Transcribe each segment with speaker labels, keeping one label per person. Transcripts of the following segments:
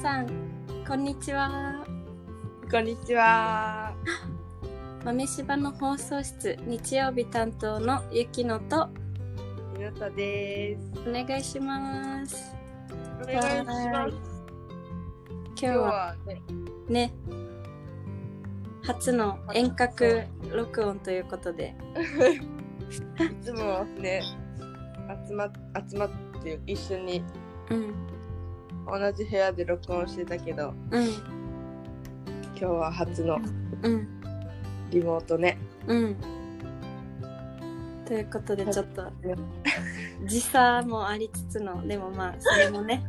Speaker 1: さん、こんにちは。
Speaker 2: こんにちは。
Speaker 1: 豆柴の放送室日曜日担当のゆきのと
Speaker 2: ゆうたです。
Speaker 1: お願いします。
Speaker 2: お願いしま
Speaker 1: 今日
Speaker 2: す。今日
Speaker 1: は
Speaker 2: はね、
Speaker 1: ね、初の遠隔録音ということで、
Speaker 2: いつもはね、集まっ集まって一緒に
Speaker 1: うん、
Speaker 2: 同じ部屋で録音してたけど、
Speaker 1: うん、
Speaker 2: 今日は初の
Speaker 1: うん、
Speaker 2: リモートね。
Speaker 1: うん。ということで、ちょっと時差もありつつの、でもまあ、それも ね、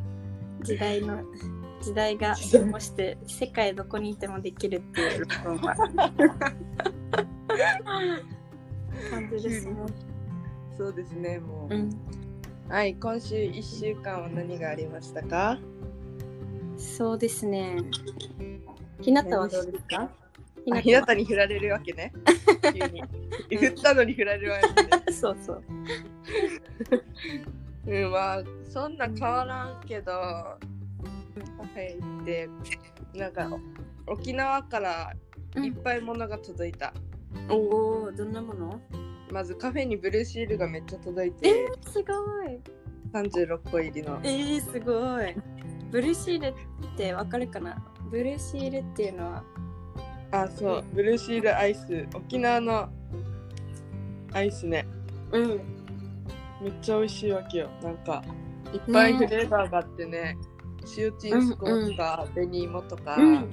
Speaker 1: 時代の、時代が起こして、世界どこにいてもできるっていう録音が感じですね。
Speaker 2: そうですね、もう。
Speaker 1: うん
Speaker 2: はい、今週1週間は何がありましたか
Speaker 1: そうですね。ひなたはどうですかひ
Speaker 2: あ
Speaker 1: な
Speaker 2: ひな
Speaker 1: た
Speaker 2: たに振られるわ けね。急に。振ったのに振られるわけね。
Speaker 1: は。そうそう。
Speaker 2: うん、まあそんな変わらんけどカフェ行ってなんか沖縄からいっぱい物が届いた、
Speaker 1: おお、どんなもの
Speaker 2: まずカフェにブルーシールがめっちゃ届いて
Speaker 1: すごい。
Speaker 2: 36個入りの
Speaker 1: えー、すごい。ブルーシールってわかるかなブルーシールっていうのは、
Speaker 2: あそうブルーシールアイス沖縄のアイスね
Speaker 1: うん。いっ
Speaker 2: めっちゃ美味しいわけよなんかいっぱいフレーバーがあってね塩チンスコーとか、紅芋とか、
Speaker 1: うん。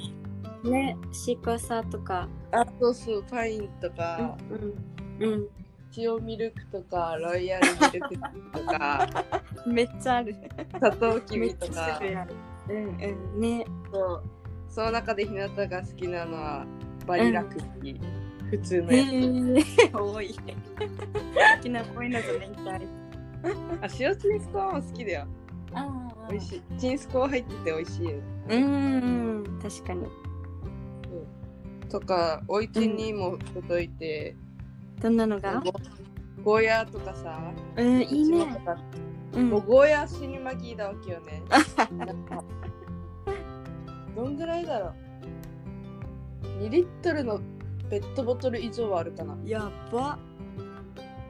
Speaker 1: ね、シークワーサーとか。
Speaker 2: あそうそうパインとか、
Speaker 1: うん。うん。
Speaker 2: 塩ミルクとかロイヤルミルク とか
Speaker 1: めっちゃある。
Speaker 2: 砂糖キ
Speaker 1: め
Speaker 2: ビ
Speaker 1: っ
Speaker 2: と
Speaker 1: ちゃ
Speaker 2: か
Speaker 1: 種類ある。うんうん。ね。
Speaker 2: そうその中で日向が好きなのはバリラクッキー、普通の
Speaker 1: え
Speaker 2: やつ、
Speaker 1: ー、 多い。好きなポイントでいたい。
Speaker 2: あ塩チンスコーンも好きだよ
Speaker 1: ああ
Speaker 2: 美味しいチンスコーン入ってて美味しいよ
Speaker 1: うーん、確かに。
Speaker 2: とかお家にも届いて、
Speaker 1: どんなのが
Speaker 2: ゴゴーヤーとかさ
Speaker 1: うん、いい
Speaker 2: イチゴ
Speaker 1: ね
Speaker 2: と。か
Speaker 1: うん
Speaker 2: もうゴーヤー死にまぎだわけよねなんかどんぐらいだろう2リットルのペットボトル以上はあるかな
Speaker 1: やば。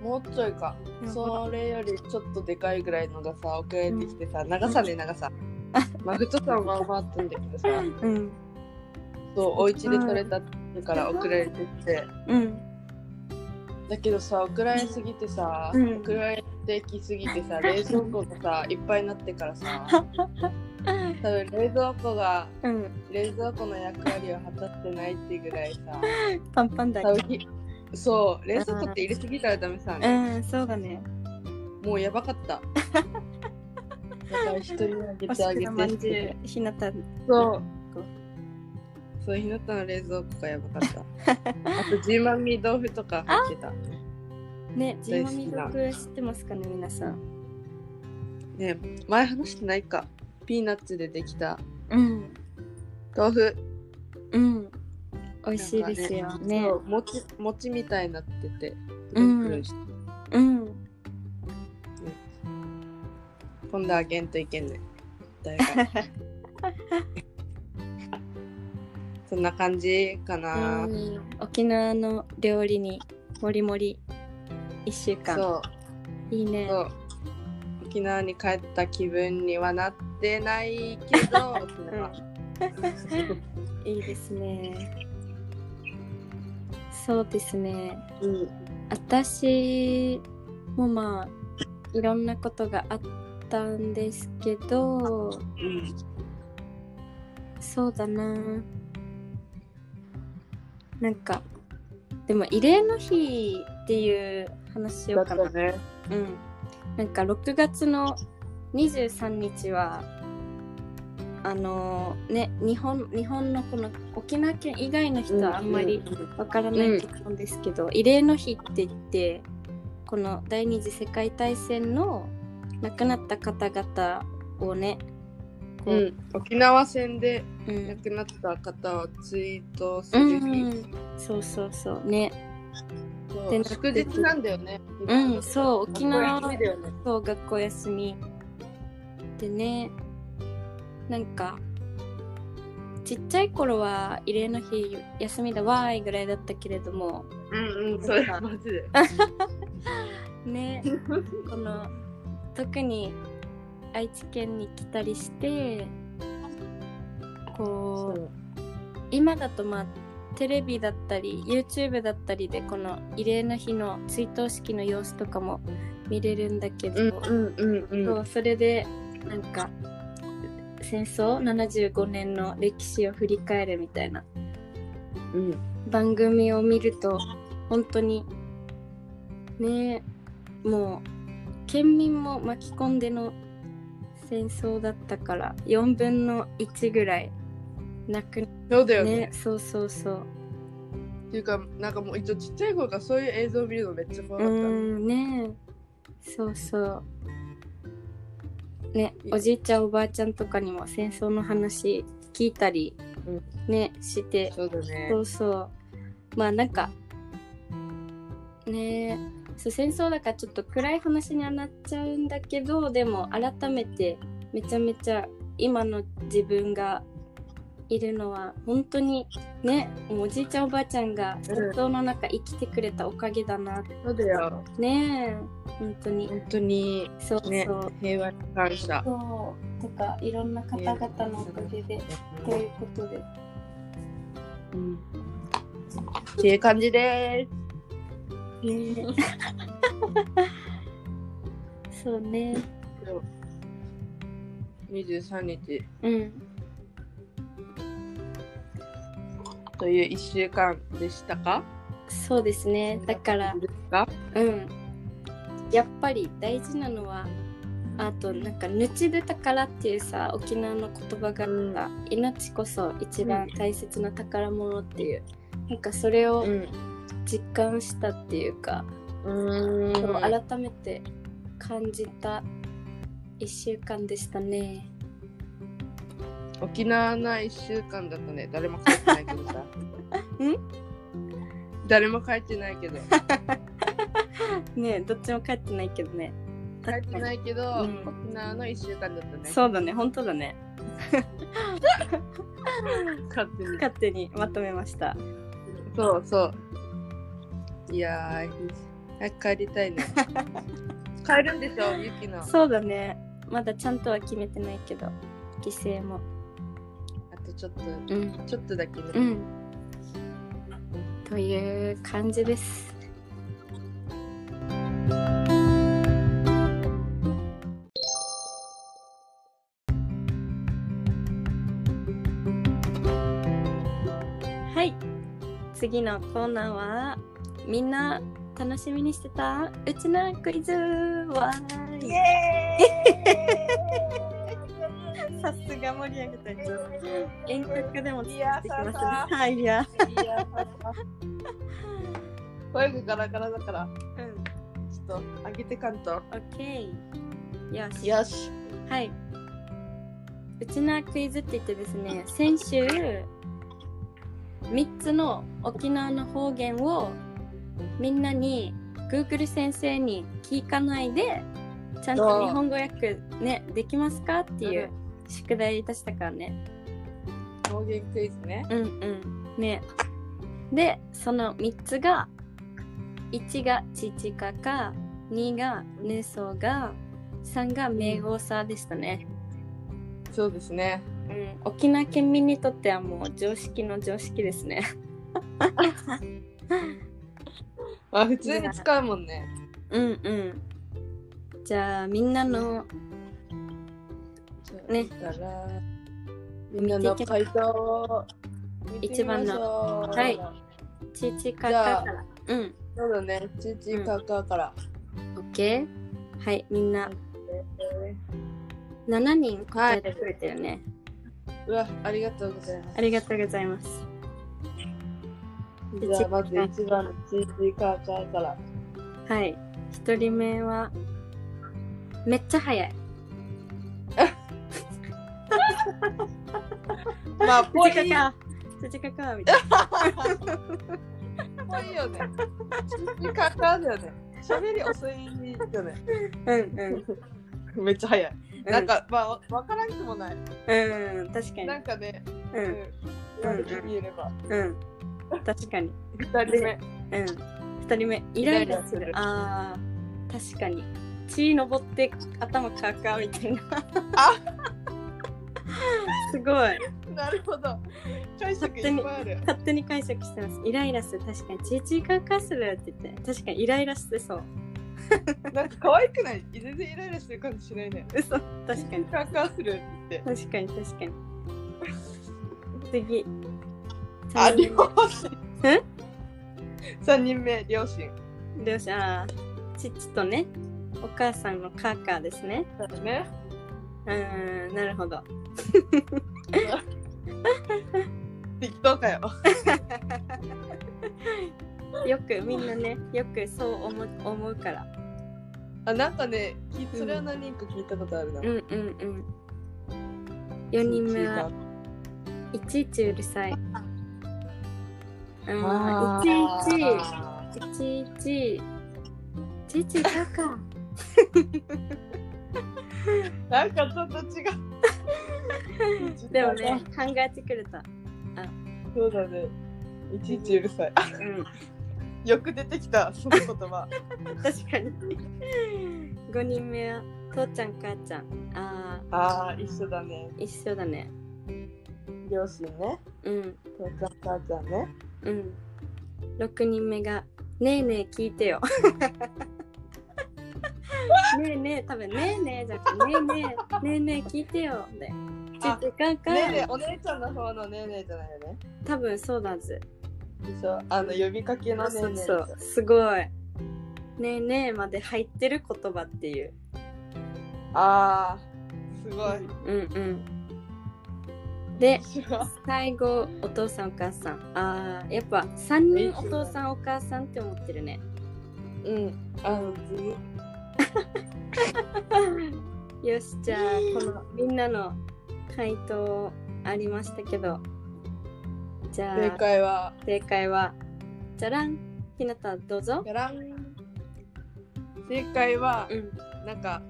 Speaker 2: もうちょいかそれよりちょっとでかいぐらいのがさ送られてきてさ長さね長さマグトさんは回ってんだけどさ
Speaker 1: うん。
Speaker 2: そうお家で取れたってから送られてきて
Speaker 1: うん。
Speaker 2: だけどさ送られすぎてさ、
Speaker 1: うん
Speaker 2: 送られてきすぎて さ冷蔵庫がさいっぱいになってからさ多分冷蔵庫が
Speaker 1: うん。
Speaker 2: 冷蔵庫の役割を果たしてないってぐらいさ
Speaker 1: パンパンだ。
Speaker 2: 多分ひそう冷蔵庫って入れすぎたらダメさ、
Speaker 1: うん、そうだね。
Speaker 2: もうやばかっただから人にあげ
Speaker 1: お
Speaker 2: てあ
Speaker 1: しく
Speaker 2: げ
Speaker 1: らまんじゅ
Speaker 2: て
Speaker 1: う、ひなた。
Speaker 2: そうそうひなたの冷蔵庫がやばかった あとジーマミー豆腐とか入ってた
Speaker 1: ね、ジーマミ
Speaker 2: 大好き
Speaker 1: 族知ってますかね、皆さん。
Speaker 2: ね前話してないかピーナッツでできた
Speaker 1: うん。
Speaker 2: 豆腐
Speaker 1: うん。美味しいですよね。
Speaker 2: そう餅餅みたいになっててく
Speaker 1: う
Speaker 2: る
Speaker 1: ん
Speaker 2: くるして、
Speaker 1: うん。
Speaker 2: 今度あげんといけんね誰かそんな感じかな、
Speaker 1: うん沖縄の料理にもりもり一週間。
Speaker 2: そう
Speaker 1: いいね。
Speaker 2: そう沖縄に帰った気分にはなってないけど沖縄
Speaker 1: いいですね。そうですね。
Speaker 2: うん
Speaker 1: 私もまあいろんなことがあったんですけど
Speaker 2: うん
Speaker 1: そうだななんかでも慰霊の日っていう話しようかな、
Speaker 2: ね
Speaker 1: うんなんか6月の23日はあのね日本日本のこの沖縄県以外の人はあんまり、わからないと思うんですけど、慰霊の日って言ってこの第二次世界大戦の亡くなった方々をね
Speaker 2: うん沖縄戦で
Speaker 1: う
Speaker 2: 亡
Speaker 1: ん、
Speaker 2: くなった方を追悼す
Speaker 1: う
Speaker 2: る
Speaker 1: ん
Speaker 2: 日、
Speaker 1: そうそうそうね
Speaker 2: そう
Speaker 1: でなんか
Speaker 2: 祝日なんだよね
Speaker 1: うんそう沖縄
Speaker 2: 沖縄だよね
Speaker 1: そう学校休みでねなんかちっちゃい頃は慰霊の日休みだわーいぐらいだったけれども
Speaker 2: うんうん、それマジで。
Speaker 1: ねこの特に愛知県に来たりしてこう今だとまあテレビだったり YouTube だったりでこの慰霊の日の追悼式の様子とかも見れるんだけど、
Speaker 2: んうん
Speaker 1: そうそれでなんか戦争75年の歴史を振り返るみたいな
Speaker 2: うん。
Speaker 1: 番組を見ると本当にねえもう県民も巻き込んでの戦争だったから4分の1ぐらいなく
Speaker 2: そうだよね。
Speaker 1: ねそうそうそう
Speaker 2: っていうか、なんかもう一応ちっちゃい頃からそういう映像を見るのめっちゃ怖
Speaker 1: う
Speaker 2: かっ
Speaker 1: ーんねえそうそうねおじいちゃんおばあちゃんとかにも戦争の話聞いたり、
Speaker 2: うん
Speaker 1: ねして
Speaker 2: た。そうだね
Speaker 1: そうそうまあなんかねえそう戦争だからちょっと暗い話にはなっちゃうんだけどでも改めてめちゃめちゃ今の自分がいるのは本当にねおじいちゃんおばあちゃんが戦争の中生きてくれたおかげだなって
Speaker 2: そうだよ。
Speaker 1: ねえ本当に
Speaker 2: 本当に
Speaker 1: そうそう、
Speaker 2: ね平和に感謝。
Speaker 1: そうとかいろんな方々のおかげでということで
Speaker 2: うん。っていう感じで
Speaker 1: ね そうね。
Speaker 2: す。そう23日
Speaker 1: うん。
Speaker 2: という1週間でしたか
Speaker 1: そうですね。だから、
Speaker 2: ですか
Speaker 1: うん。やっぱり大事なのは、あとなんか「ぬちで宝」っていうさ沖縄の言葉があった、命こそ一番大切な宝物っていう、なんかそれを
Speaker 2: ん。
Speaker 1: 実感したっていうか、
Speaker 2: う。
Speaker 1: そうん改めて感じた1週間でしたね。
Speaker 2: 沖縄の1週間だったね。誰も帰ってないけ どさ。誰も帰ってない けど。
Speaker 1: ねえどっちも帰ってないけどね。
Speaker 2: 帰ってないけど、
Speaker 1: うん
Speaker 2: 沖縄の1週間だったね。
Speaker 1: そうだね本当だね。
Speaker 2: 勝手に。
Speaker 1: 勝手にまとめました。
Speaker 2: そうそう。いやー、早く帰りた いね。帰るんでしょ、ゆきの。あ
Speaker 1: そうだね。まだちゃんとは決めてないけど、帰省も。
Speaker 2: とちょっ
Speaker 1: う
Speaker 2: と、
Speaker 1: ん。
Speaker 2: ちょっとだけね。
Speaker 1: うん。という感じです。はい。次のコーナーは、みんな楽しみにしてたうちなクイズわーい。
Speaker 2: エ
Speaker 1: さすが盛り上げたいです。遠隔でも
Speaker 2: い
Speaker 1: 伝わ
Speaker 2: や
Speaker 1: ってきますね。
Speaker 2: さ
Speaker 1: はい、いや。
Speaker 2: さ。いやささ。声がガラガラだから、
Speaker 1: うん。
Speaker 2: ちょっと上げてかんと。
Speaker 1: オッケー。よし。
Speaker 2: よし。
Speaker 1: はい。うちなクイズって言ってですね、先週、3つの沖縄の方言をみんなに Google 先生に聞かないで、ちゃんと日本語訳ね、できますかっていう宿題出したからね。
Speaker 2: 方言クイズね。
Speaker 1: うんうんねでその3つが1がチチカカ2がヌソガ3が名号さでしたね、
Speaker 2: そうですね。
Speaker 1: うん、沖縄県民にとってはもう常識の常識ですね
Speaker 2: あ、普通に使うもんね。
Speaker 1: うんうんじゃあみんなのね
Speaker 2: だから。みんなの回答を見てみましょう
Speaker 1: 一番はいチチカカからうん
Speaker 2: そうだね、チチカカから。
Speaker 1: オッケーはいみんな7人答えてくれてるね、
Speaker 2: うわ、ありがとうございます。
Speaker 1: ありがとうございます
Speaker 2: じゃあ、まず一番のチチカカから。
Speaker 1: はい1人目はめっちゃ早い
Speaker 2: まあ、ぽい。
Speaker 1: チチカカチチカカみたい
Speaker 2: ぽいよね。チチカカだよね。喋り遅いよね。
Speaker 1: な。うんう
Speaker 2: めっちゃ早い。
Speaker 1: ん。
Speaker 2: なんか、まあ、わわからんくもない。
Speaker 1: うん、うん、確かに。
Speaker 2: なんかね、
Speaker 1: う
Speaker 2: うんん悪く言えれば
Speaker 1: うん確かに
Speaker 2: 2人目
Speaker 1: うん2人目イライラす
Speaker 2: イラ
Speaker 1: る
Speaker 2: イラする
Speaker 1: あー確かに血登って頭かかみたいな
Speaker 2: あ
Speaker 1: すごい
Speaker 2: なるほど解釈いっぱいある
Speaker 1: 勝手に解釈してますイライラする確かに血血かかするって言って確かにイライラしてそう
Speaker 2: なんか可愛くない全然イライラしてる感じしないね
Speaker 1: 嘘確かに
Speaker 2: カンカンするって
Speaker 1: 確かに確かに次
Speaker 2: あ
Speaker 1: 三人
Speaker 2: 両親
Speaker 1: え
Speaker 2: 3人目両親
Speaker 1: 目両親あー父とねお母さんのカーカーですね
Speaker 2: ね
Speaker 1: うーんなるほど
Speaker 2: 適当かよ
Speaker 1: よくみんなねよくそう思う思うから
Speaker 2: あなんかねきそれは何人か聞いたことあるな、
Speaker 1: うんうんうん4人目はいちいちうるさいうん
Speaker 2: あ
Speaker 1: いちいちいちいちいちいちだか
Speaker 2: なんかちょっと違う
Speaker 1: で もね考えてくれた
Speaker 2: そうだねいちいちうるさいあ
Speaker 1: うん
Speaker 2: よく出てきたその言葉
Speaker 1: 確かに5人目は父ちゃん母ちゃんあ
Speaker 2: ああ一緒だね
Speaker 1: ー一緒だね
Speaker 2: 両親ね
Speaker 1: うん
Speaker 2: 父ちゃん母ちゃんね
Speaker 1: うん6人目が「ねえねえ聞いて よ」ねえねえ多分ねえねえじゃなくてねえねえねえねえ聞いてよ」で「ちょ
Speaker 2: あ
Speaker 1: っとかんかん
Speaker 2: ねえねえお姉ちゃんの方のねえねえじゃないよね
Speaker 1: 多分そうだぜ
Speaker 2: でしょあの呼びかけのねえ
Speaker 1: そう
Speaker 2: ねえ
Speaker 1: そうすごい「ねえねえ」まで入ってる言葉っていう
Speaker 2: ああすごい
Speaker 1: うんうんで
Speaker 2: 面白い
Speaker 1: 最後お父さんお母さんあーやっぱ3人お父さんお母さんって思ってるね
Speaker 2: うんあのずる
Speaker 1: よしじゃあこのみんなの回答ありましたけどじゃあ
Speaker 2: 正解は
Speaker 1: 正解はじゃらんひなたどうぞ
Speaker 2: やらん正解は
Speaker 1: うん
Speaker 2: なんか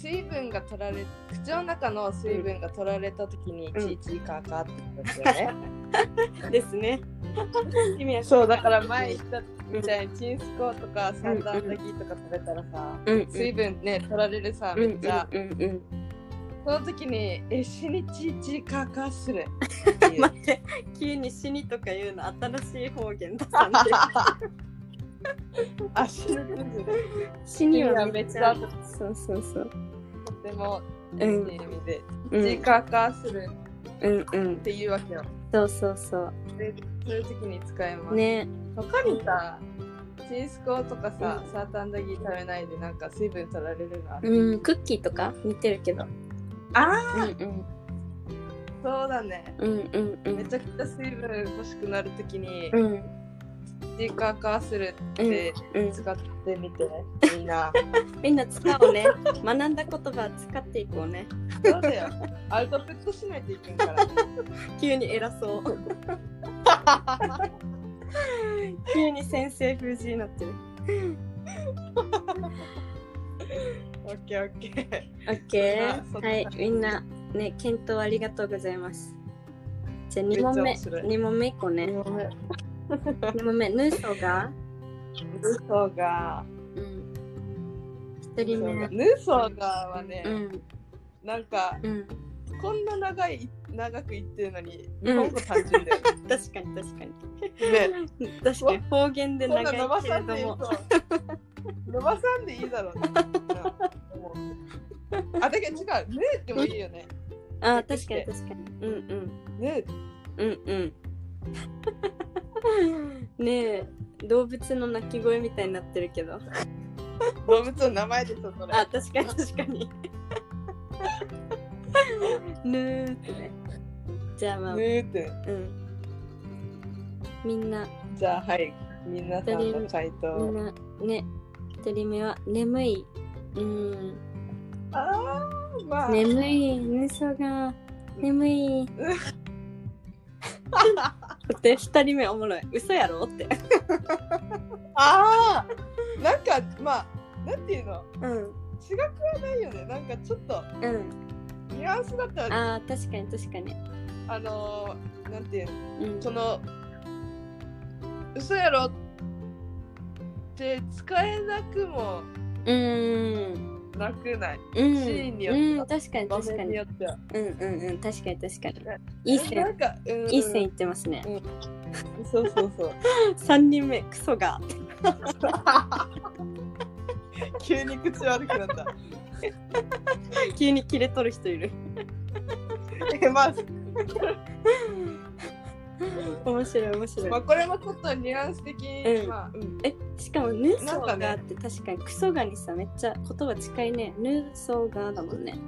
Speaker 2: 水分が取られ口の中の水分が取られた時に
Speaker 1: うん
Speaker 2: ちいちいかーかーって言ったんですよね、
Speaker 1: ですね 意味は
Speaker 2: そうだから前言ったみたいにチンスコーとか三段タギとか食べたらさ
Speaker 1: うんうん
Speaker 2: 水分ね取られるさ
Speaker 1: う
Speaker 2: め
Speaker 1: ん
Speaker 2: っちゃ
Speaker 1: うんうんうん
Speaker 2: その時にえ死にちいちいかーかーする
Speaker 1: 待って急に死にとか言うの新しい方言だったんで
Speaker 2: あ死ぬって言うんじゃない
Speaker 1: 死にはめっちゃ
Speaker 2: 死にはめっ
Speaker 1: そうそうそう
Speaker 2: とっても
Speaker 1: う
Speaker 2: いい
Speaker 1: ん
Speaker 2: 意味で
Speaker 1: う
Speaker 2: ちいちい
Speaker 1: ん
Speaker 2: かーかーする
Speaker 1: うんうん
Speaker 2: っていうわけよ
Speaker 1: そうそうそ
Speaker 2: でそういう時に使えます
Speaker 1: うね
Speaker 2: 他にさチンスコーとかさ、サーターアンダギー食べないでなんか水分取られるな、
Speaker 1: うんクッキーとか似てるけど
Speaker 2: あ
Speaker 1: うん
Speaker 2: そうだね
Speaker 1: うんうんうんう
Speaker 2: め
Speaker 1: ん
Speaker 2: ちゃくちゃ水分欲しくなるときに
Speaker 1: うん
Speaker 2: 「チーカーカーする」って
Speaker 1: うんうん
Speaker 2: 使ってみて、みんな
Speaker 1: みんな使おう ね。学んだ言葉は使っていこうね。
Speaker 2: そうだよアウトプットしないといけんから
Speaker 1: 急に偉 そう。急に先生風じになってる。
Speaker 2: オッケーオッケー
Speaker 1: オッケ
Speaker 2: あ
Speaker 1: ー。
Speaker 2: そっか
Speaker 1: はい、みんなね検討ありがとうございます。じゃあ
Speaker 2: め
Speaker 1: 2
Speaker 2: っちゃ
Speaker 1: 問目
Speaker 2: 面白い
Speaker 1: 2問目いこうね。2問目ヌーソが、
Speaker 2: ヌーソーガ
Speaker 1: うん、1人目
Speaker 2: ーヌーソーガーはね、
Speaker 1: うん
Speaker 2: なんか
Speaker 1: うん
Speaker 2: こんな長い長く言ってるのに日本語単純だよ、
Speaker 1: 確かに確かに
Speaker 2: ね
Speaker 1: 確かに方言で
Speaker 2: そん
Speaker 1: 長
Speaker 2: な伸
Speaker 1: い
Speaker 2: ば
Speaker 1: け
Speaker 2: さ
Speaker 1: れ
Speaker 2: んでいい
Speaker 1: ど
Speaker 2: と
Speaker 1: も。
Speaker 2: 伸ばさんでいい だろうな。あ、だけど違う。ねえってもいいよね。
Speaker 1: あー確かに確かにうんうん
Speaker 2: ね
Speaker 1: うんうん。ねえ、動物の鳴き声みたいになってるけど。あ、
Speaker 2: え動物の名前でしょ、それ。
Speaker 1: 確かに確か に。ぬーってね。じゃあまあ、
Speaker 2: ねえって。
Speaker 1: うん。みんな、
Speaker 2: じゃあ、はい。みんなさんの回
Speaker 1: みん
Speaker 2: 答。
Speaker 1: な、ね、一人目は眠い。うん。
Speaker 2: ああ、まあ。
Speaker 1: 眠い、寝そうが。眠い。 だって二人目おもろい。嘘やろって。
Speaker 2: ああ。なんか、まあ、なんていうの。
Speaker 1: うん。
Speaker 2: 違くはないよね。なんかちょっと、
Speaker 1: うん。
Speaker 2: ニュアンスだったら、
Speaker 1: ああ、確かに確かに。
Speaker 2: ああのーなんていうの
Speaker 1: うん
Speaker 2: その嘘やろって使えなくも
Speaker 1: うん
Speaker 2: なくない
Speaker 1: うん
Speaker 2: シーンによっては
Speaker 1: うん、確かに
Speaker 2: 場
Speaker 1: 確か
Speaker 2: 面に
Speaker 1: に
Speaker 2: よっては
Speaker 1: うんうんうん確かに確かにいい
Speaker 2: な
Speaker 1: 線
Speaker 2: んか、うん
Speaker 1: いい線いってますね
Speaker 2: そうそうそう
Speaker 1: 三人目クソが
Speaker 2: 急に口悪くなった
Speaker 1: 急に切れとる人いる
Speaker 2: えまあ
Speaker 1: 面白い面白い
Speaker 2: まあこれもちょっとニュアンス的に、
Speaker 1: うん
Speaker 2: まあ、うん、
Speaker 1: えしかもヌーソ
Speaker 2: なんか
Speaker 1: ー
Speaker 2: ね
Speaker 1: ガーって確かにクソガにさめっちゃ言葉近いねヌーソーガーだもんね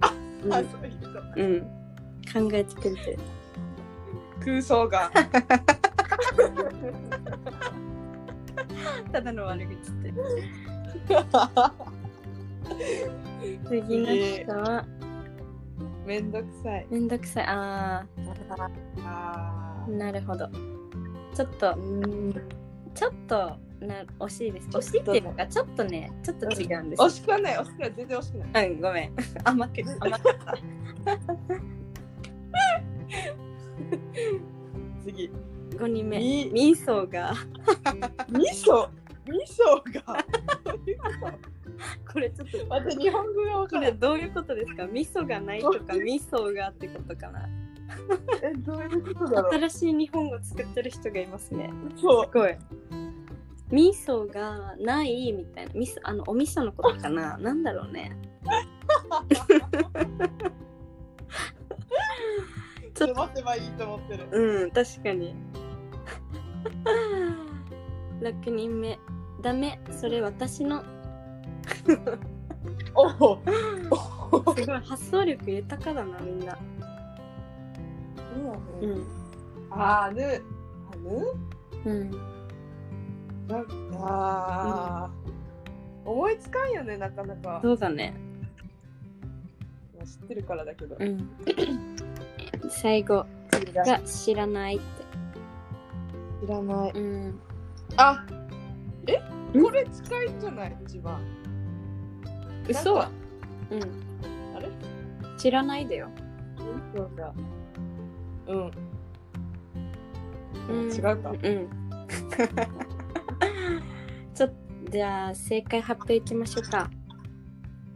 Speaker 2: あそういうこと
Speaker 1: うん、うん、考えてくれてる
Speaker 2: 空想が
Speaker 1: ただの悪口って次の人は
Speaker 2: めんどくさい
Speaker 1: めんどくさいあ
Speaker 2: あ
Speaker 1: ーなるほどちょっと
Speaker 2: ーうん
Speaker 1: ちょっとな惜しいです
Speaker 2: ち
Speaker 1: 惜
Speaker 2: ょっと
Speaker 1: しいっていうのがちょっとねちょっと違うんです
Speaker 2: 惜しくはない惜しくは全然惜しくない
Speaker 1: うんごめん 甘く甘かった
Speaker 2: 次
Speaker 1: 5人目
Speaker 2: み
Speaker 1: ミーソーが
Speaker 2: 味噌味噌が
Speaker 1: これちょっと
Speaker 2: また日本語が分
Speaker 1: こ
Speaker 2: か
Speaker 1: れ
Speaker 2: る
Speaker 1: どういうことですか味噌がないと か味噌がってことかな
Speaker 2: えどういうことだろう
Speaker 1: 新しい日本語作ってる人がいますね
Speaker 2: そ
Speaker 1: すごい味噌がないみたいな味噌あのお味噌のことかななんだろうね
Speaker 2: う
Speaker 1: ちょっと
Speaker 2: 待てばいいと思ってる
Speaker 1: うん確か に6人目ダメそれ私の
Speaker 2: おお
Speaker 1: すごい発想力豊かだなみんなうん
Speaker 2: あーぬあぬ
Speaker 1: うん
Speaker 2: なんかあー、思いつかんよねなかなか、
Speaker 1: そうだね
Speaker 2: まあ知ってるからだけど、
Speaker 1: うん 最後
Speaker 2: 次が
Speaker 1: が知らないって
Speaker 2: 知らない
Speaker 1: うん
Speaker 2: あえ
Speaker 1: ん
Speaker 2: これ近いんじゃない一番
Speaker 1: 嘘
Speaker 2: なんか
Speaker 1: うん
Speaker 2: あれ
Speaker 1: 知らないだよ
Speaker 2: そうかうん、
Speaker 1: うん
Speaker 2: 違うか
Speaker 1: うん ちょっとじゃあ正解発表いきましょうか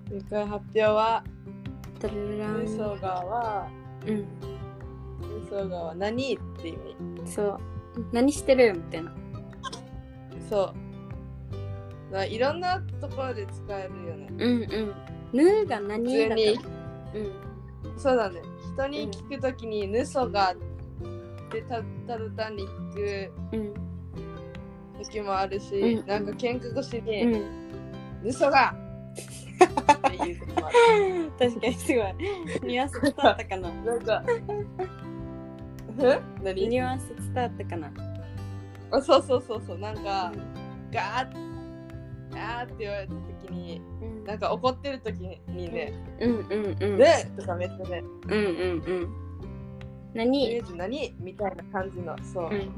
Speaker 2: 正解発表は
Speaker 1: トルルラ
Speaker 2: 運
Speaker 1: ン
Speaker 2: 送側は
Speaker 1: うん
Speaker 2: 運送側は何って意味
Speaker 1: そう何してるみたいな
Speaker 2: そうまあいろんなところで使えるよね
Speaker 1: うんうんヌーが
Speaker 2: 普
Speaker 1: 何
Speaker 2: 通
Speaker 1: だ
Speaker 2: に
Speaker 1: からうん
Speaker 2: そうだね人に聞くときに「ぬそが」ってたただ単に聞く
Speaker 1: うん
Speaker 2: 時もあるし、
Speaker 1: うん
Speaker 2: なんか喧嘩腰
Speaker 1: う
Speaker 2: に
Speaker 1: ん
Speaker 2: 「ぬそが」っていうこともあ
Speaker 1: 確かにすごい。ニュアンス伝わったか な。
Speaker 2: るなんか え
Speaker 1: ニ
Speaker 2: 何
Speaker 1: ュアンス伝わったかな。
Speaker 2: あそうそうそうそうなんかガーッガーって言われた時に
Speaker 1: うん
Speaker 2: なんか怒ってる時にね
Speaker 1: うんうんう
Speaker 2: 「
Speaker 1: ん。
Speaker 2: ねとかめっちゃね
Speaker 1: うんうんうん。
Speaker 2: 「とりあ
Speaker 1: 何
Speaker 2: えず何?」みたいな感じのそうう「
Speaker 1: ん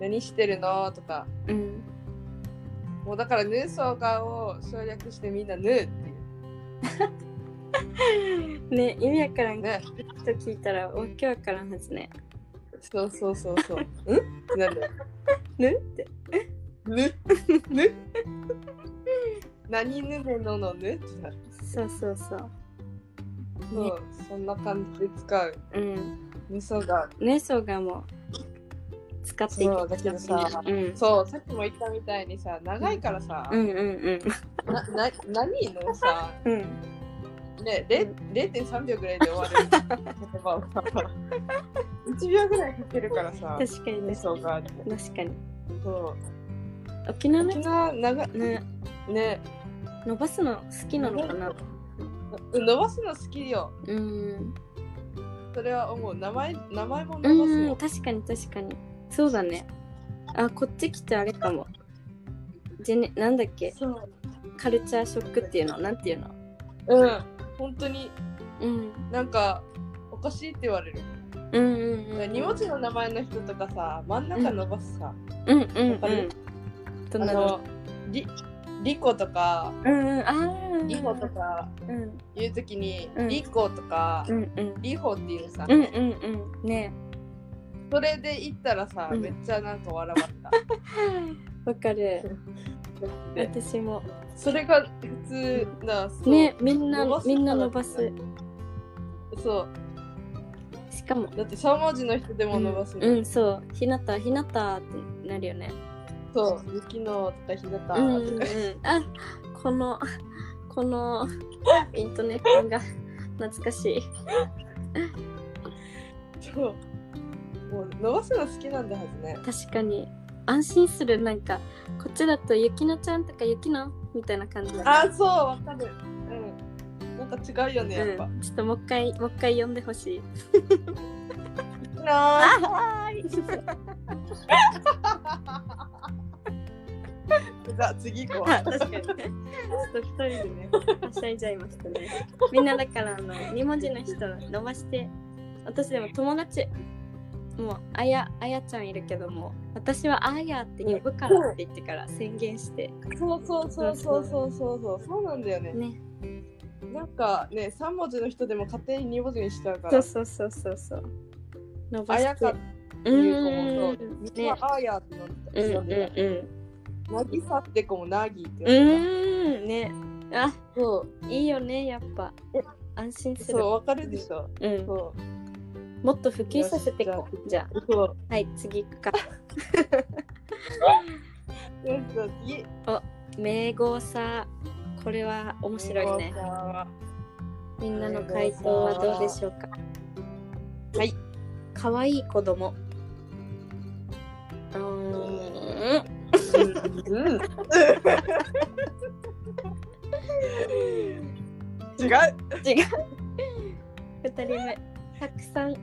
Speaker 2: 何してるの?」とか
Speaker 1: うん。
Speaker 2: もうだから「ぬそが」を省略してみんな「ぬ」っていう。
Speaker 1: ね意味わからん
Speaker 2: ね、
Speaker 1: 人聞いたらわけわからんはずね。
Speaker 2: そうそうそうそう。 うんってなる。
Speaker 1: ヌって。
Speaker 2: ぬ、ぬ。何ぬべののぬってなる。
Speaker 1: そうそうそう。
Speaker 2: そ
Speaker 1: ね
Speaker 2: う、そんな感じで使う。
Speaker 1: うん。
Speaker 2: ぬそが。
Speaker 1: ねそうがもう使っていき
Speaker 2: そうだけどさ
Speaker 1: うん。
Speaker 2: そう、さっきも言ったみたいにさ、長いからさ、
Speaker 1: うんうん
Speaker 2: な、な、何のさ、
Speaker 1: うん。うん。
Speaker 2: ね、れ、零点三秒ぐらいで終 わる。言葉をさ。 一秒ぐらいかけるからさ。
Speaker 1: 確かに
Speaker 2: ぬ
Speaker 1: ね。
Speaker 2: そがって。
Speaker 1: 確かに。
Speaker 2: そ
Speaker 1: 沖縄
Speaker 2: う。
Speaker 1: の
Speaker 2: 沖
Speaker 1: 人
Speaker 2: 縄、長い、
Speaker 1: ね
Speaker 2: ね、
Speaker 1: 伸ばすの好きなのかな。
Speaker 2: うん伸ばすの好きよ。
Speaker 1: うん。
Speaker 2: それは思う。名前、名前も伸ばす
Speaker 1: う
Speaker 2: の
Speaker 1: ん。確かに確かにそうだねあこっち来てあれかもジェネなんだっけ
Speaker 2: そう。
Speaker 1: カルチャーショックっていうのなんていうの
Speaker 2: うん。本当に
Speaker 1: うん
Speaker 2: なんかおかしいって言われる。
Speaker 1: うんうんうん
Speaker 2: 荷物の名前の人とかさ、真ん中伸ばすさ。
Speaker 1: うんうんう
Speaker 2: わかる
Speaker 1: んどん
Speaker 2: あ
Speaker 1: なの
Speaker 2: の、り、リコとか、
Speaker 1: うんうんあー
Speaker 2: イモホとか
Speaker 1: うん
Speaker 2: 言うときに、
Speaker 1: うん
Speaker 2: リコとか、
Speaker 1: うんうん
Speaker 2: リホっていうさ、
Speaker 1: うんうんうんね
Speaker 2: それで言ったらさ、
Speaker 1: うん
Speaker 2: めっちゃなんか笑われ
Speaker 1: わかる
Speaker 2: たで。
Speaker 1: 私も
Speaker 2: それが普通な、そう
Speaker 1: ねみんな
Speaker 2: 伸ばす
Speaker 1: みんな伸ばす
Speaker 2: そう。
Speaker 1: しかも
Speaker 2: だってしゃもじの人でも伸ばすもん
Speaker 1: うん、うん、そうひなたひなたってなるよね
Speaker 2: そう、雪のとか日向とか、
Speaker 1: うんうんうんあこのこ のイントネーションが懐かしい
Speaker 2: そう。もう伸ばすの好きなんだはずね。
Speaker 1: 確かに安心するなんかこっちだとゆきのちゃんとかゆきのみたいな感じだね
Speaker 2: あ、そう、わかる。うん。なんか違うよね、やっぱ。
Speaker 1: うん、ちょっともう一回もう一回呼んでほしい
Speaker 2: なあ
Speaker 1: はい
Speaker 2: じゃあ次行こう。
Speaker 1: 確かにねちょっと一人でねはしゃいじゃいましたねみんなだからあの2文字の人伸ばして私でも友達もうあやあやちゃんいるけども私はあやって呼ぶからって言ってから宣言して
Speaker 2: そうそうそうそうそうそうそうそうなんだよね。
Speaker 1: ね
Speaker 2: なんかね三文字の人でも勝手に二文字にしちゃうか
Speaker 1: そう
Speaker 2: ら。
Speaker 1: そうそうそうそう伸ば
Speaker 2: あ
Speaker 1: して
Speaker 2: やかっ
Speaker 1: う
Speaker 2: ていう子も
Speaker 1: ん
Speaker 2: そう。みん
Speaker 1: ね
Speaker 2: なあやって
Speaker 1: うんう
Speaker 2: 呼ん
Speaker 1: ん
Speaker 2: で
Speaker 1: う
Speaker 2: た。なぎさって子もなぎって呼
Speaker 1: ん
Speaker 2: ん
Speaker 1: う
Speaker 2: で
Speaker 1: ーんねあ
Speaker 2: た。そう
Speaker 1: いいよねやっぱ安心する
Speaker 2: そうわかるでしょ。
Speaker 1: うん
Speaker 2: そ
Speaker 1: もっと普及させていこうじゃ
Speaker 2: うそう。
Speaker 1: あはい次行くか
Speaker 2: そうそう次。
Speaker 1: 名号さこれは面白いねみんなの回答はどうでしょうか
Speaker 2: はい。
Speaker 1: 可愛い子供うーん
Speaker 2: うん。違う。
Speaker 1: 違う二人目たくさんう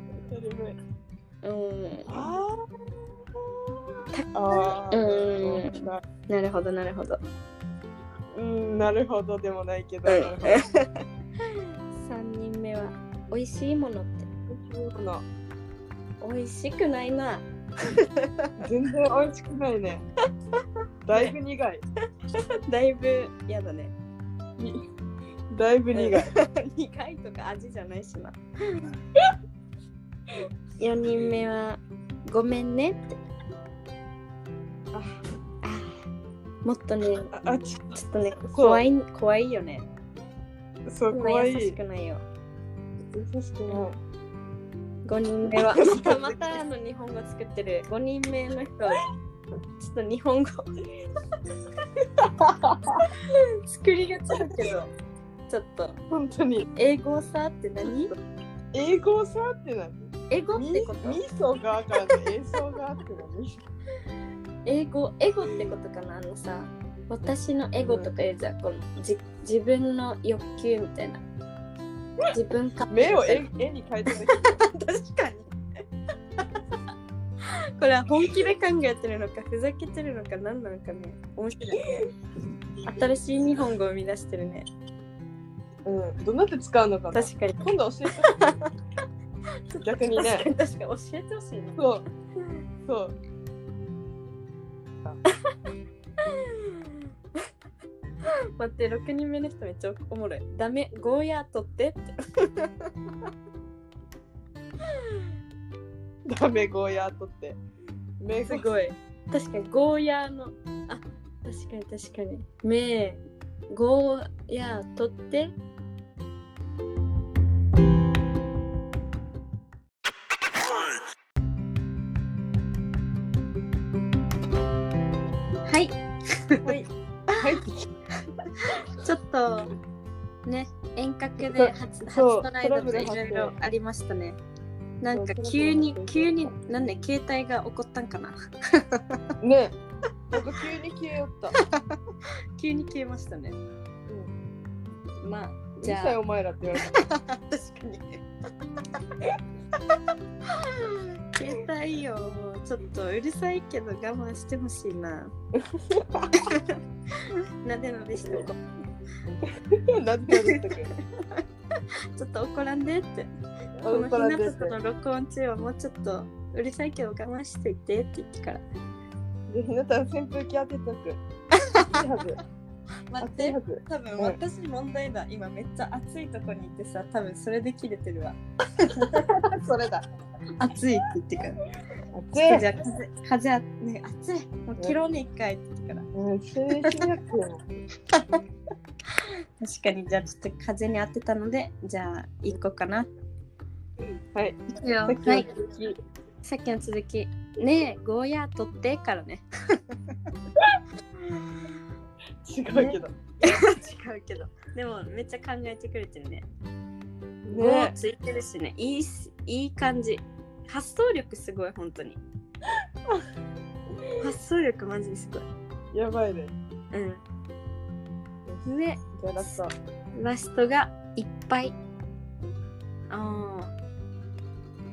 Speaker 1: ーん
Speaker 2: あーあー。
Speaker 1: うんなるほどなるほど
Speaker 2: うん、なるほどでもないけど。
Speaker 1: うん
Speaker 2: なるほど
Speaker 1: 三人目は美味しいものって
Speaker 2: そうなの
Speaker 1: 美味しくないな
Speaker 2: 全然美味しくないね。だいぶ苦い。
Speaker 1: だいぶやだね
Speaker 2: だいぶ苦い。
Speaker 1: 苦いとか味じゃないしな4人目は「ごめんね」って
Speaker 2: あ
Speaker 1: あもっとね
Speaker 2: ああ、ちょ
Speaker 1: ちょっとね
Speaker 2: う
Speaker 1: 怖い怖いよね
Speaker 2: そう、
Speaker 1: こんな
Speaker 2: 怖い。
Speaker 1: 優し
Speaker 2: 優
Speaker 1: くないよ
Speaker 2: しくない。
Speaker 1: 5人目 はまたまたあの日本語作ってる5人目の人はちょっと日本語作りがちだけどちょっと
Speaker 2: 本当に。
Speaker 1: 英語さって何
Speaker 2: 英語さって何
Speaker 1: 英語っ
Speaker 2: み
Speaker 1: てこと
Speaker 2: みそがからね、えそがって何
Speaker 1: 英語エゴってことかなあのさ私のエゴとか言うじゃんこのじ自分の欲求みたいな自分か
Speaker 2: 目を絵絵に描いてる
Speaker 1: 確かに これは本気で考えてるのかふざけてるのか何なのかね面白いね新しい日本語を生み出してるね
Speaker 2: うん、どうなって使うのかな
Speaker 1: 確かに
Speaker 2: 今度教えて逆にね
Speaker 1: 確かに確かに教えてほしいね
Speaker 2: そうそう
Speaker 1: 待って6人目の人めっちゃおもろいダメゴーヤー取ってって
Speaker 2: ダメゴーヤーとって目
Speaker 1: す
Speaker 2: が
Speaker 1: ごい。確かにゴーヤーの。あ確かに確かに。めゴーヤー取って。はい、
Speaker 2: はいはい
Speaker 1: ちょっとね、遠隔で初初
Speaker 2: そう
Speaker 1: トライだと
Speaker 2: トラブル
Speaker 1: い
Speaker 2: 発
Speaker 1: ろ
Speaker 2: 生
Speaker 1: いろありましたね。なんか
Speaker 2: そう
Speaker 1: 急に
Speaker 2: トラブル発生
Speaker 1: 急になんで携帯が起こったんかな。
Speaker 2: ねなんか急に消えよった、
Speaker 1: 急に消えましたね。
Speaker 2: うん、
Speaker 1: まあ
Speaker 2: じ
Speaker 1: じ
Speaker 2: ゃ
Speaker 1: ゃ
Speaker 2: お前らって言われた
Speaker 1: あ 確かに携帯よもうちょっとうるさいけど我慢してほしいななでなでしておこう
Speaker 2: なんて言われたけ
Speaker 1: ちょっと怒らんでってこ
Speaker 2: ど
Speaker 1: の
Speaker 2: 怒ら
Speaker 1: 日
Speaker 2: れ
Speaker 1: 向
Speaker 2: てて
Speaker 1: との録音中はもうちょっとうるさいけど我慢していてって言ってから
Speaker 2: でひなたは扇風機当てとくいいはず
Speaker 1: 待っ
Speaker 2: 暑い
Speaker 1: て
Speaker 2: はず
Speaker 1: 多分私問題だ今めっちゃ暑いとこにいてさ多分それで切れてるわ
Speaker 2: それだ
Speaker 1: 暑いって言ってから
Speaker 2: 暑
Speaker 1: ちょっとじ
Speaker 2: い
Speaker 1: ゃあ風風あね暑いもう切ろうね一回って言ってから
Speaker 2: うん暑い日焼けよ
Speaker 1: 確かにじゃあちょっと風に当てたのでじゃあ行こうかな
Speaker 2: はい
Speaker 1: いくよ
Speaker 2: さっき
Speaker 1: は
Speaker 2: の
Speaker 1: い
Speaker 2: 続き
Speaker 1: さっきの続きねえゴーヤー取ってから ね
Speaker 2: 違うけど
Speaker 1: 違うけどでもめっちゃ考えてくれてるねゴーついてるしねいいしいい感じ発想力すごい本当 に発想力マジですごい
Speaker 2: やばいね
Speaker 1: うんね
Speaker 2: じゃあラスト
Speaker 1: ラストがいっぱい。ああ。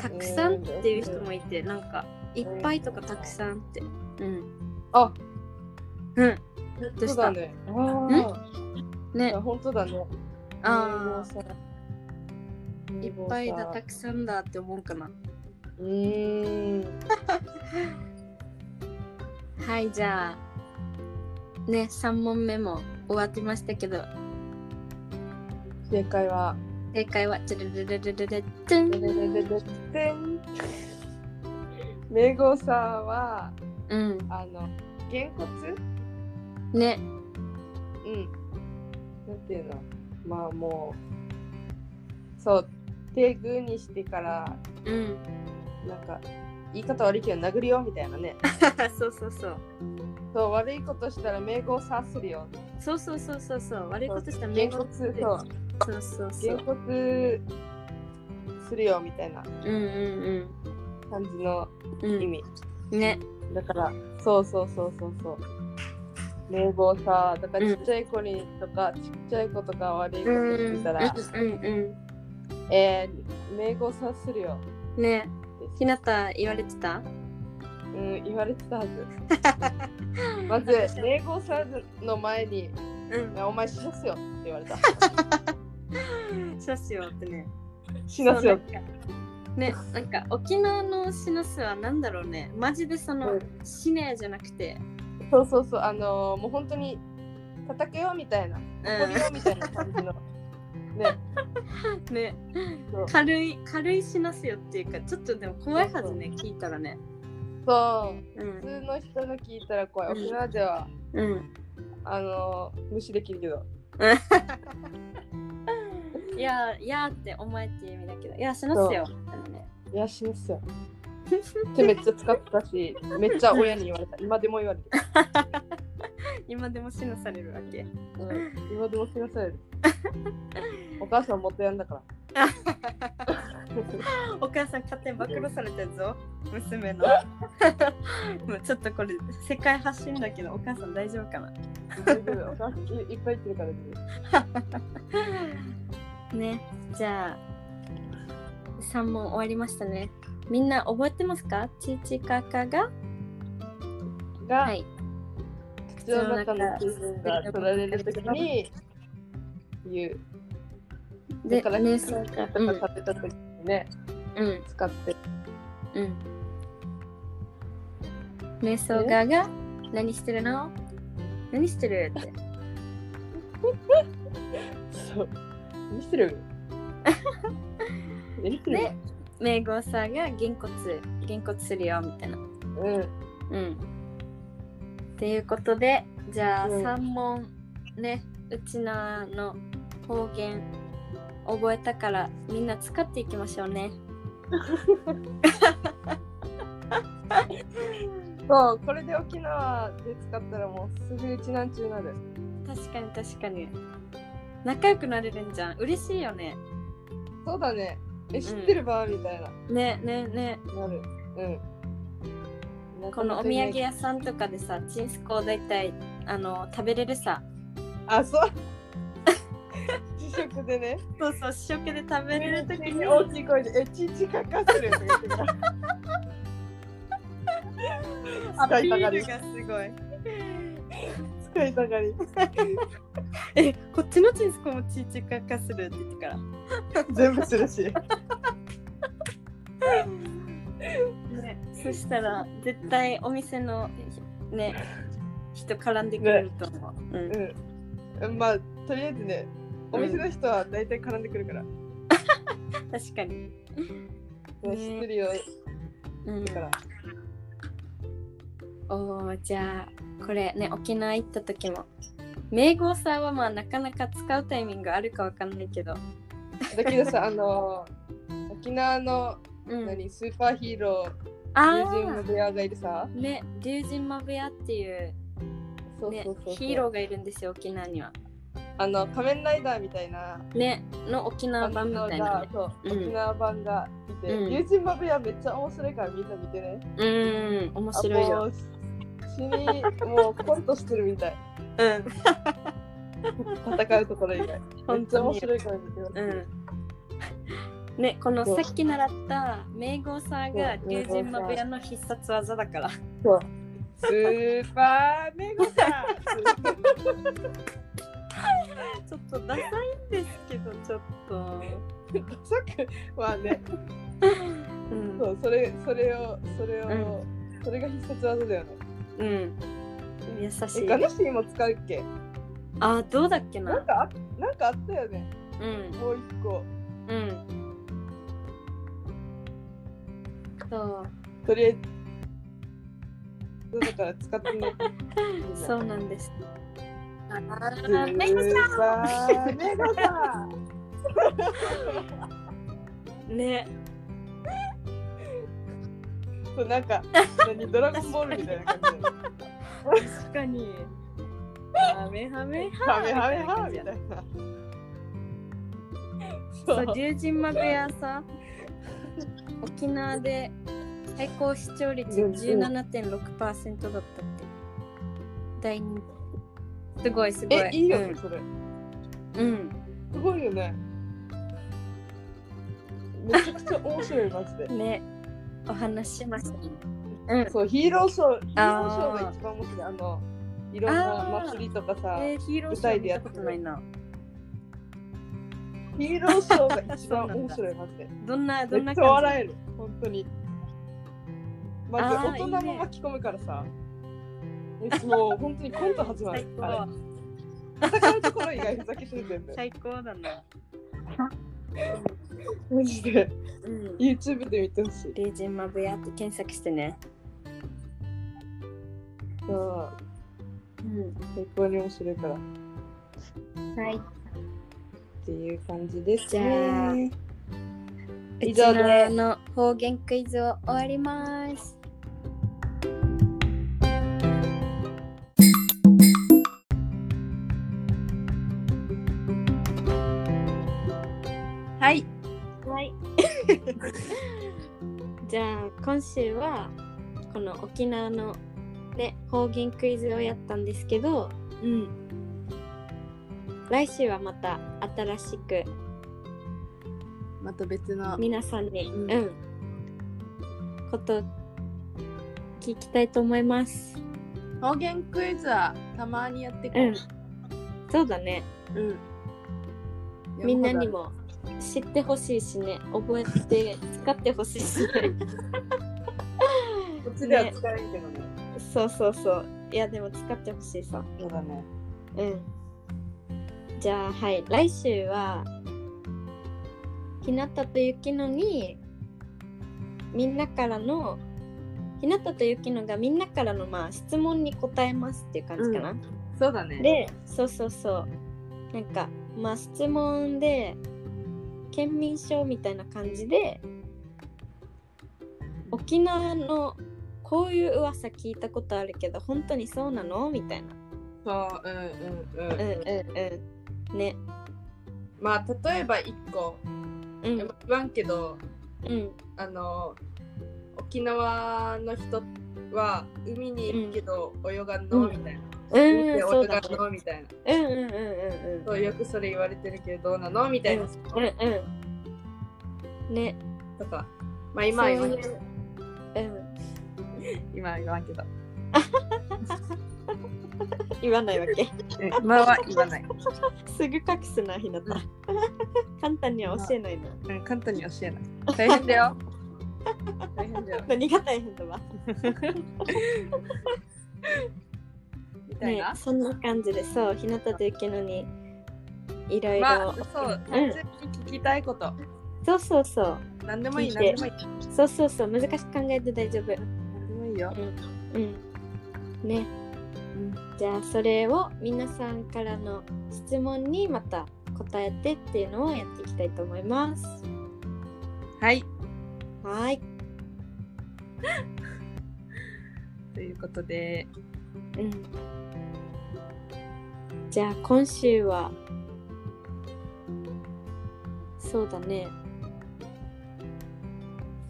Speaker 1: たくさんっていう人もいて、なんか、いっぱいとかたくさんって。うん。
Speaker 2: あ
Speaker 1: うん。ど
Speaker 2: 本
Speaker 1: う
Speaker 2: 当
Speaker 1: し
Speaker 2: だ
Speaker 1: た
Speaker 2: ねああい
Speaker 1: ね
Speaker 2: や。本当だね
Speaker 1: あ
Speaker 2: あ
Speaker 1: あ。いっぱいだ、たくさんだって思うかな。
Speaker 2: うーん
Speaker 1: はい、じゃあ、ね、3問目も終わってましたけど、
Speaker 2: 正解は
Speaker 1: 正解は、チルルルルルルトゥ
Speaker 2: で
Speaker 1: ン
Speaker 2: でででででん名号さんは
Speaker 1: うん。
Speaker 2: あのげんこつ
Speaker 1: ね。
Speaker 2: うん。なんていうのまあもう、そう、手グーにしてから、
Speaker 1: うん。
Speaker 2: なんか、言い方悪いけど殴るよみたいなね。
Speaker 1: そうそうそう。
Speaker 2: そう、悪いことしたら名号さするよ。
Speaker 1: そうそうそうそうそう。悪いことしたら名
Speaker 2: げん
Speaker 1: 簿
Speaker 2: こつ、そう、
Speaker 1: そうそう
Speaker 2: げ
Speaker 1: そ
Speaker 2: ん
Speaker 1: う。
Speaker 2: こつするよみたいな
Speaker 1: うんうん
Speaker 2: 感じの
Speaker 1: うん。
Speaker 2: 意味。
Speaker 1: うん、ね。
Speaker 2: だから、そうそうそうそうそう。名簿さ、だから
Speaker 1: う
Speaker 2: ち
Speaker 1: ん
Speaker 2: っちゃい子にとか、ちっちゃい子とか悪いこ
Speaker 1: うん
Speaker 2: としてたら、
Speaker 1: うん
Speaker 2: えー、名号さするよ
Speaker 1: うん。ね
Speaker 2: って
Speaker 1: ひなた言われてた
Speaker 2: うん、言われてたはず。まず、名号さんの前に、
Speaker 1: うん
Speaker 2: い。やお前死なすよって言 われた。
Speaker 1: シャスよってね。
Speaker 2: 死なすよ。
Speaker 1: そう。なんかね、なんか沖縄のシナスはなんだろうね。マジでそうの
Speaker 2: ん
Speaker 1: シネじゃなくて、
Speaker 2: そうそうそう、あのーもう本当に叩けよみたいな、怒りよみたいな感じの。ね、
Speaker 1: うん、ね
Speaker 2: そう
Speaker 1: 軽い軽いシナスよっていうか、ちょっとでも怖いはずね聞いたらね。
Speaker 2: そ
Speaker 1: う
Speaker 2: う普
Speaker 1: ん
Speaker 2: 通の人の聞いたら怖い。
Speaker 1: うん
Speaker 2: 沖縄では、
Speaker 1: うん。
Speaker 2: あのー無視できるけど。
Speaker 1: いやいやーってお前っていう意味だけど、いやシナスよ。みたいなね
Speaker 2: いや、死なすよ。ってめっちゃ使ってた し、めっちゃ親に言われた。今でも言われてる。
Speaker 1: 今でもシナされるわけ。
Speaker 2: うん、今でも死なさ れる。お母さん元やんだから。
Speaker 1: お母さん勝手に暴露されてるぞ娘の もうちょっとこれ世界発信だけどお母さん大丈夫かな
Speaker 2: 大丈夫お母さんいっぱい言ってるからね。
Speaker 1: ねじゃあ3問終わりましたねみんな覚えてますかチーチカカが
Speaker 2: が、
Speaker 1: はい
Speaker 2: 口の中の水分が取られるときに言う。
Speaker 1: で
Speaker 2: だから
Speaker 1: ね
Speaker 2: 口
Speaker 1: そう
Speaker 2: の
Speaker 1: か
Speaker 2: 中
Speaker 1: うん
Speaker 2: とか食べたときにね、
Speaker 1: うん
Speaker 2: 使って。
Speaker 1: うん瞑想がが何してるの何してるって
Speaker 2: そう。何して る何してる、
Speaker 1: ね名号さんがげんこつげんこつするよみたいな
Speaker 2: うん。
Speaker 1: うん。っていうことで、じゃあ、
Speaker 2: うん
Speaker 1: 三問ね、うちなの方言覚えたからみんな使っていきましょう ね。
Speaker 2: そう、これで沖縄で使ったらもうすぐうちなんちゅうなる。
Speaker 1: 確かに確かに。仲良くなれるんじゃん。嬉しいよね。
Speaker 2: そうだね。え、知ってるば、みたいな。
Speaker 1: ねねね。
Speaker 2: なる。うん。
Speaker 1: このお土産。屋さんとかでさ、チンスコを大体あの食べれるさ。
Speaker 2: あ、そう。試食でね。
Speaker 1: そうそう、試食で食べれるときに。
Speaker 2: 大きい声で「えちちかかする」とか言ってた
Speaker 1: アピ
Speaker 2: 使いたが
Speaker 1: ール
Speaker 2: り
Speaker 1: がすごい。
Speaker 2: 使いたがり
Speaker 1: え、こっちのチンスコもチーチカカするって言ってから。
Speaker 2: 全部するし
Speaker 1: ね、そしたら絶対お店のね人絡んでくれると思う。うん
Speaker 2: うんうんまあとりあえずねお店の人は大体絡んでくるから、
Speaker 1: 確かに。
Speaker 2: うん、知ってるよ
Speaker 1: うん
Speaker 2: だ。から
Speaker 1: おーじゃあこれね沖縄行った時も名号さんはまあなかなか使うタイミングあるかわかんないけど、
Speaker 2: だけどさあの沖縄の
Speaker 1: うん、
Speaker 2: 何スーパーヒーロ
Speaker 1: あ
Speaker 2: ー友人の
Speaker 1: ー
Speaker 2: 部屋がいるさ
Speaker 1: ね竜神マブヤっていう,、
Speaker 2: そう
Speaker 1: ね、
Speaker 2: そうそうそう
Speaker 1: ヒーローがいるんですよ沖縄には
Speaker 2: あの仮面ライダーみたいな
Speaker 1: ねの沖縄版みたいな、ね
Speaker 2: が、そう
Speaker 1: うん
Speaker 2: 沖縄版がいて、
Speaker 1: うん
Speaker 2: 友人マブヤめっちゃ面白いからみんな見てね
Speaker 1: うーん面白い
Speaker 2: あも
Speaker 1: よ
Speaker 2: う死にもうコントしてるみたい
Speaker 1: うん
Speaker 2: 戦うところ以外めっちゃ面白いから見てよ
Speaker 1: うん ねこの
Speaker 2: そ
Speaker 1: さ
Speaker 2: う
Speaker 1: っき習った名号さんが
Speaker 2: そう
Speaker 1: 竜神マブヤの必殺技だから
Speaker 2: そうスーパーメゴ さん
Speaker 1: ちょっとダサいんですけどちょっと
Speaker 2: さっき まあね
Speaker 1: うん
Speaker 2: そうそれそれをそれを、
Speaker 1: う
Speaker 2: それが必殺技だよね
Speaker 1: うん。優し
Speaker 2: え
Speaker 1: い
Speaker 2: ガ。ネシーも使うっけ
Speaker 1: あ、どうだっけ
Speaker 2: なん
Speaker 1: な。
Speaker 2: かあなんかあったよね
Speaker 1: うん。
Speaker 2: もう一個
Speaker 1: うん。そう。
Speaker 2: とりあえずだから使ってね
Speaker 1: そうなんです。あ
Speaker 2: スー
Speaker 1: ーね
Speaker 2: パーメゴさん
Speaker 1: ね。
Speaker 2: そうなんか何ドラゴンボールみたいな感じだよね
Speaker 1: 確か に。ハメハメ
Speaker 2: ハメハメハみたいなそ
Speaker 1: そうう、竜神幕屋さ。沖縄で最高視聴率17.6%だったって。大人気。すごいすごい。
Speaker 2: えいいよねそれ
Speaker 1: うん。うん。
Speaker 2: すごいよね。めちゃくちゃ面白い、マジで。
Speaker 1: ね、お話ししましたね。うん。
Speaker 2: そう、ヒーローショー、ヒーローショ
Speaker 1: あ
Speaker 2: ー
Speaker 1: ー
Speaker 2: が一番面白い。あの、いろんな
Speaker 1: あー
Speaker 2: 祭りとかさ、
Speaker 1: えー、ヒーローショー見たことないな。
Speaker 2: ヒーローショーが一
Speaker 1: そう
Speaker 2: 番
Speaker 1: なん
Speaker 2: 面
Speaker 1: だ
Speaker 2: 白い、マジで。
Speaker 1: どんな、どん
Speaker 2: め
Speaker 1: な
Speaker 2: っちゃ
Speaker 1: 感
Speaker 2: 笑える、本当に。まず
Speaker 1: あー
Speaker 2: 大人も
Speaker 1: いいね
Speaker 2: 巻き込むからさ。えもう本当にコント始
Speaker 1: じ
Speaker 2: ま
Speaker 1: 最
Speaker 2: る。あ
Speaker 1: 高。
Speaker 2: れ戦うところ以外ふざけてる全部。
Speaker 1: 最高だな。
Speaker 2: マジで。
Speaker 1: うん。
Speaker 2: YouTube で見てほしい。
Speaker 1: レイジンマブヤって検索してね。
Speaker 2: そう
Speaker 1: うん。
Speaker 2: 最高に面白いから。っ
Speaker 1: はい。
Speaker 2: ていう感じです、
Speaker 1: じゃあ
Speaker 2: ね。
Speaker 1: 以
Speaker 2: 以
Speaker 1: 上
Speaker 2: 上
Speaker 1: で
Speaker 2: で
Speaker 1: 沖縄の方言クイズを終わります。
Speaker 2: はい。
Speaker 1: はい。 じゃあ今週はこの沖縄のね方言クイズをやったんですけど、
Speaker 2: うん。
Speaker 1: 来週はまた新しく
Speaker 2: また別の
Speaker 1: 皆さんに、う、
Speaker 2: うんん
Speaker 1: こと聞きたいと思います。
Speaker 2: 方言クイズはたまにやってく
Speaker 1: うん。そうだね。
Speaker 2: うん、
Speaker 1: みんなにも知ってほしいしね、覚えて使ってほしいし ね。
Speaker 2: こっちでは使えんけどね
Speaker 1: そうそうそう。いやでも使ってほしいさ。
Speaker 2: そうだね
Speaker 1: うん。じゃあはい、来週は日向と雪乃にみんなからの日向と雪乃がみんなからのまあ質問に答えますっていう感じかな。
Speaker 2: そうだね
Speaker 1: でそうそうそうなんかまあ質問で県民賞みたいな感じで沖縄のこういう噂聞いたことあるけど本当にそうなのみたいな
Speaker 2: そううんうんうん、
Speaker 1: うんうんうんね
Speaker 2: まあ例えば一個
Speaker 1: う
Speaker 2: 言
Speaker 1: ん
Speaker 2: わんけど
Speaker 1: うん
Speaker 2: あの沖縄の人は海にいるけど泳がんの、
Speaker 1: うん
Speaker 2: みたいな
Speaker 1: うん
Speaker 2: 海で
Speaker 1: そう
Speaker 2: 泳
Speaker 1: だ
Speaker 2: が
Speaker 1: ね
Speaker 2: んのみたいな
Speaker 1: うんうんうんうん
Speaker 2: そうよくそれ言われてるけどどうなのみたいな、
Speaker 1: うんうんね
Speaker 2: とかまあ今は言わんけど
Speaker 1: そういううん
Speaker 2: 今は言わんけど
Speaker 1: 言わないわけ
Speaker 2: 今は言わない、
Speaker 1: すぐ隠すなひなた 簡単には教えないの
Speaker 2: うん、簡単に教えない大変 だよ大変だよ
Speaker 1: 何が大変だわ
Speaker 2: み
Speaker 3: たいな、
Speaker 1: ね、そんな感じでそう日向で受けのにいろいろ、
Speaker 2: まあ、そ
Speaker 1: う
Speaker 2: う、単
Speaker 1: ん
Speaker 2: 純に聞きたいこと。
Speaker 1: そうそうそう
Speaker 2: 何でもい
Speaker 1: 聞
Speaker 2: い、
Speaker 1: い
Speaker 2: 何で
Speaker 1: て
Speaker 2: もいい。
Speaker 1: そうそうそう難しく考えて大丈夫
Speaker 2: 何でもいいよ。
Speaker 1: うんねじゃあそれを皆さんからの質問にまた答えてっていうのをやっていきたいと思います
Speaker 2: はい、
Speaker 1: はい
Speaker 2: ということで、
Speaker 1: うんじゃあ今週はそうだね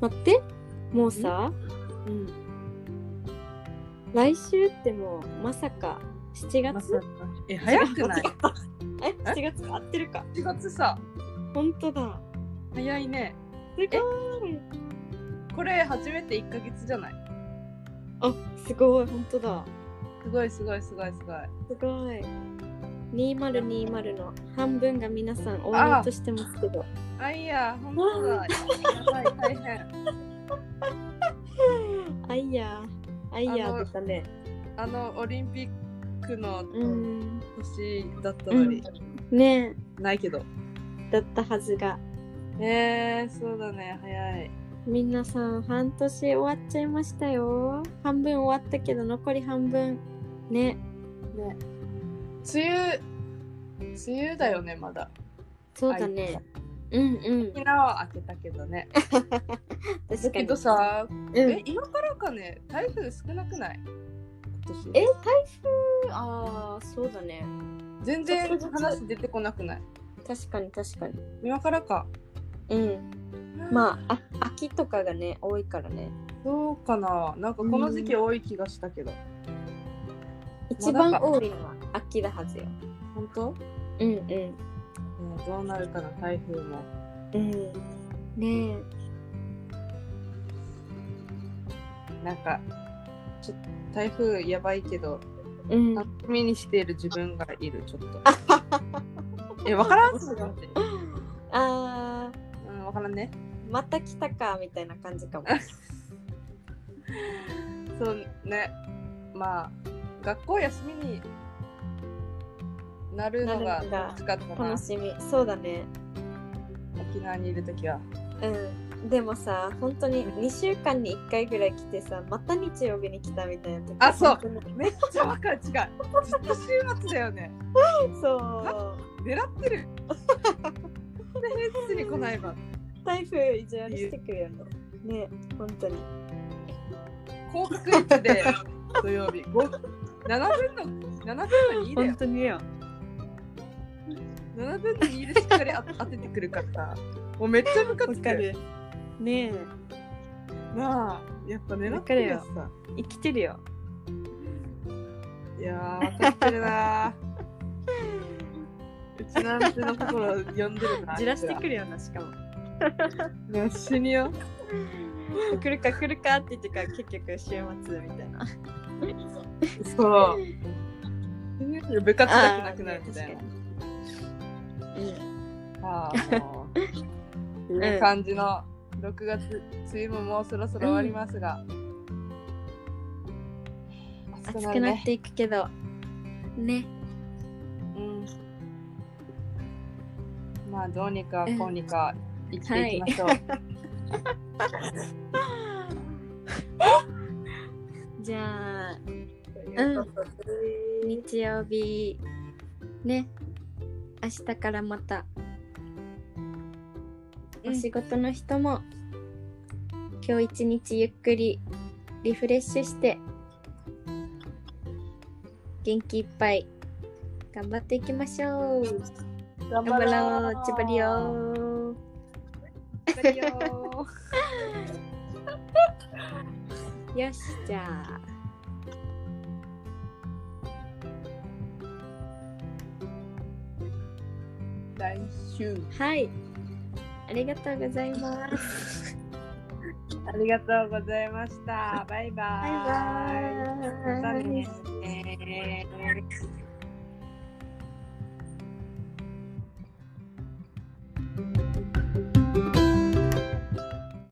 Speaker 1: 待ってもうさ
Speaker 2: うん、
Speaker 1: 来週ってもうまさか7月
Speaker 2: え、早くない
Speaker 1: え7月か合ってるか
Speaker 2: ?4 月さ、
Speaker 1: 本当だ
Speaker 2: 早いね。
Speaker 1: すごい
Speaker 2: これ、初めて1ヶ月じゃない
Speaker 1: あすごい本当だ
Speaker 2: すごい、すごい、すごい、すごい。
Speaker 1: すごい2020の半分が皆さん終わろうとしてますけど
Speaker 2: あいや、本当だ。やばい、大変。
Speaker 1: あいやあいや
Speaker 2: あの
Speaker 1: 出たね
Speaker 2: あの、オリンピックの
Speaker 1: うん
Speaker 2: 年だったのに、
Speaker 1: ね
Speaker 2: ないけど。
Speaker 1: えだったはずが
Speaker 2: えー、そうだね、早い。
Speaker 1: 皆さん半年終わっちゃいましたよ半分終わったけど残り半分ね
Speaker 2: ね。梅雨、梅雨だよね、まだ。
Speaker 1: そうだねうんうん
Speaker 2: 沖縄は開けたけどね。
Speaker 1: 確
Speaker 2: だ
Speaker 1: か
Speaker 2: け
Speaker 1: に
Speaker 2: どさ、
Speaker 1: うん、
Speaker 2: え、今からかね、台風少なくない今年。
Speaker 1: え台風ああそうだね
Speaker 2: 全然話出てこなくない
Speaker 1: 確かに確かに
Speaker 2: 今からか。
Speaker 1: うんまああ秋とかがね多いからね
Speaker 2: そうかな。なんかこの時期多い気がしたけど。
Speaker 1: 一番多いのは秋だはずよ
Speaker 2: 本当
Speaker 1: うんうん
Speaker 2: うんどうなるかな、台風も。
Speaker 1: うんねえ
Speaker 2: なんか、ちょっと台風やばいけど、
Speaker 1: うん
Speaker 2: 楽しみにしている自分がいる、ちょっと。 え、わからんすよ。
Speaker 1: あー
Speaker 2: うん、わからんね。
Speaker 1: また来たかみたいな感じかも
Speaker 2: そうね。まあ、学校休みになる
Speaker 1: な
Speaker 2: のが
Speaker 1: るんだ
Speaker 2: 楽しかったな
Speaker 1: 楽、しみそうだね
Speaker 2: 沖縄にいるときは。
Speaker 1: うんでもさ本当に2週間に1回ぐらい来てさまた日曜日に来たみたいな時
Speaker 2: あそう
Speaker 1: 本当に
Speaker 2: めっちゃわかる、違う。ずっと週末だよね。
Speaker 1: そう
Speaker 2: 狙ってる。平日に来ないわ。
Speaker 1: 台風以上にしてくるよねね本当に
Speaker 2: 高確率で土曜日。ご7分の7分の2だよ。
Speaker 1: 当によ
Speaker 2: 7分の2でしっかりあ当ててくるからさ。もうめっちゃムカつく。
Speaker 1: ねえ
Speaker 2: なあ、やっぱ狙ってるやつさ。
Speaker 1: 生きてるよ
Speaker 2: いやー、分かってるなー。うちなんてのところ呼んでるな。
Speaker 1: るよなしかも
Speaker 2: る。いや、死によ。
Speaker 1: 来るか来るかって言ってから結局週末みたいな
Speaker 2: そう。部活だけなくなるみたい
Speaker 1: あーね確かにうん
Speaker 2: な。あ あ、もう。っていう感じの6月、梅雨ももうそろそろ終わりますが。暑
Speaker 1: 暑
Speaker 2: くな
Speaker 1: く
Speaker 2: る
Speaker 1: なっ
Speaker 2: ね。
Speaker 1: ていくけどね
Speaker 2: うん。まあ、どうにかこうにか生きていきましょう。
Speaker 1: じゃあ
Speaker 2: うん
Speaker 1: 日曜日ね明日からまた、
Speaker 2: うん
Speaker 1: お仕事の人も今日一日ゆっくりリフレッシュして元気いっぱい頑張っていきましょう
Speaker 2: 頑
Speaker 1: 頑張ろう千葉りよ
Speaker 2: 張ろう。
Speaker 1: よしじゃあ
Speaker 2: 来週
Speaker 1: はいありがとうございます
Speaker 2: ありがとうございました。バイバ
Speaker 1: バ
Speaker 2: イ。
Speaker 1: イ
Speaker 2: ま
Speaker 1: バ
Speaker 2: た
Speaker 1: イ
Speaker 2: ね